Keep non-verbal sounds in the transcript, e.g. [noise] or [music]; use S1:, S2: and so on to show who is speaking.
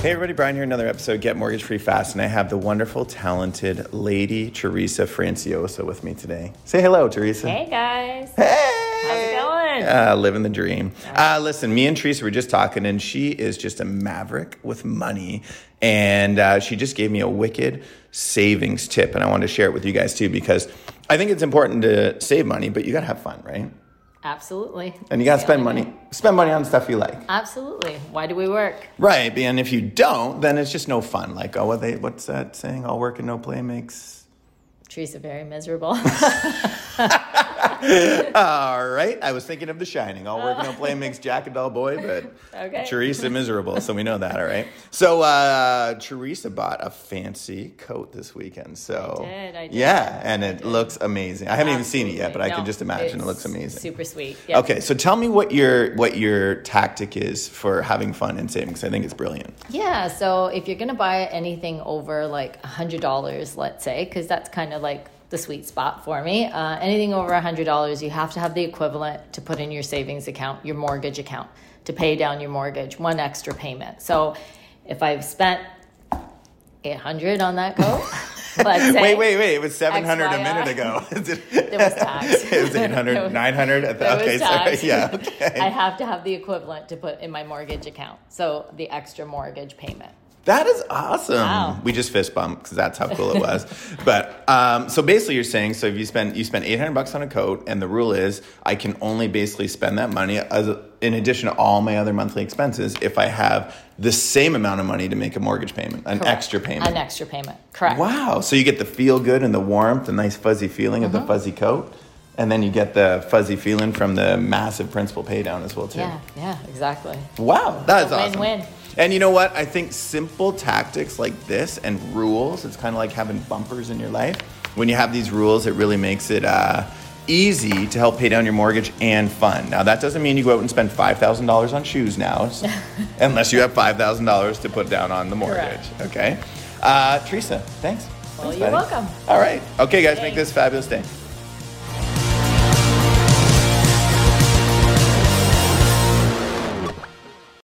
S1: Hey everybody, Brian here, another episode Get Mortgage Free Fast, and I have the wonderful, talented Lady Teresa Franciosa with me today. Say hello, Teresa.
S2: Hey guys.
S1: Hey!
S2: How's it going?
S1: Uh, living the dream. Uh, listen, me and Teresa were just talking, and she is just a maverick with money. And uh, she just gave me a wicked savings tip, and I wanted to share it with you guys too because I think it's important to save money, but you gotta have fun, right?
S2: Absolutely.
S1: And you gotta spend money. Spend money on stuff you like.
S2: Absolutely. Why do we work?
S1: Right, and if you don't, then it's just no fun. Like, oh, what they, what's that saying? All work and no play makes.
S2: Trees are
S1: [laughs]
S2: very miserable.
S1: All right, I was thinking of The Shining. All work and no play makes Jack a dull boy, but
S2: Oh. [laughs] Okay.
S1: Teresa miserable. So we know that. All
S2: [laughs]
S1: right. So uh, Teresa bought a fancy coat this weekend. So
S2: I did, I did.
S1: yeah, and it looks amazing. I haven't even seen it yet, but I
S2: No,
S1: can just imagine it
S2: it's
S1: looks amazing.
S2: Super sweet. Yeah.
S1: Okay, so tell me what your what your tactic is for having fun and saving. Because I think it's brilliant.
S2: Yeah. So if you're gonna buy anything over like hundred dollars, let's say, because that's kind of like the sweet spot for me. Uh, anything over hundred dollars, you have to have the equivalent to put in your savings account, your mortgage account, to pay down your mortgage, one extra payment. So if I've spent eight hundred on
S1: [laughs]
S2: that coat, let's say
S1: Wait, wait, wait. It was 700 a
S2: XYI.
S1: minute ago. [laughs]
S2: There was tax. [laughs]
S1: it was 800,
S2: There was-
S1: 900. at the-
S2: There was
S1: Okay, sorry.
S2: tax. [laughs]
S1: Yeah, okay.
S2: I have to have the equivalent to put in my mortgage account. So the extra mortgage payment.
S1: That is awesome.
S2: Wow.
S1: We just fist bumped because that's how cool it was. but um, so basically, you're saying so if you spend you spend 800 bucks on a coat, and the rule is I can only basically spend that money as, in addition to all my other monthly expenses if I have the same amount of money to make a mortgage payment, an
S2: Correct.
S1: extra payment.
S2: An extra payment. Correct.
S1: Wow. So you get the feel good and the warmth, the nice fuzzy feeling
S2: Mm-hmm.
S1: of the fuzzy coat. And then you get the fuzzy feeling from the massive principal pay down as well, too.
S2: Yeah, yeah, exactly.
S1: Wow. That is
S2: a
S1: awesome.
S2: win-win.
S1: And you know what? I think simple tactics like this and rules, it's kind of like having bumpers in your life. When you have these rules, it really makes it uh, easy to help pay down your mortgage and fun. Now, that doesn't mean you go out and spend $5,000 on shoes now,
S2: [laughs]
S1: s- unless you have $5,000 to put down on the mortgage.
S2: Correct.
S1: Okay? Uh, Teresa, thanks.
S2: Well,
S1: Thanks,
S2: Oh, you're
S1: buddy.
S2: welcome.
S1: All right. Okay, guys, make
S2: Thanks.
S1: this a fabulous day.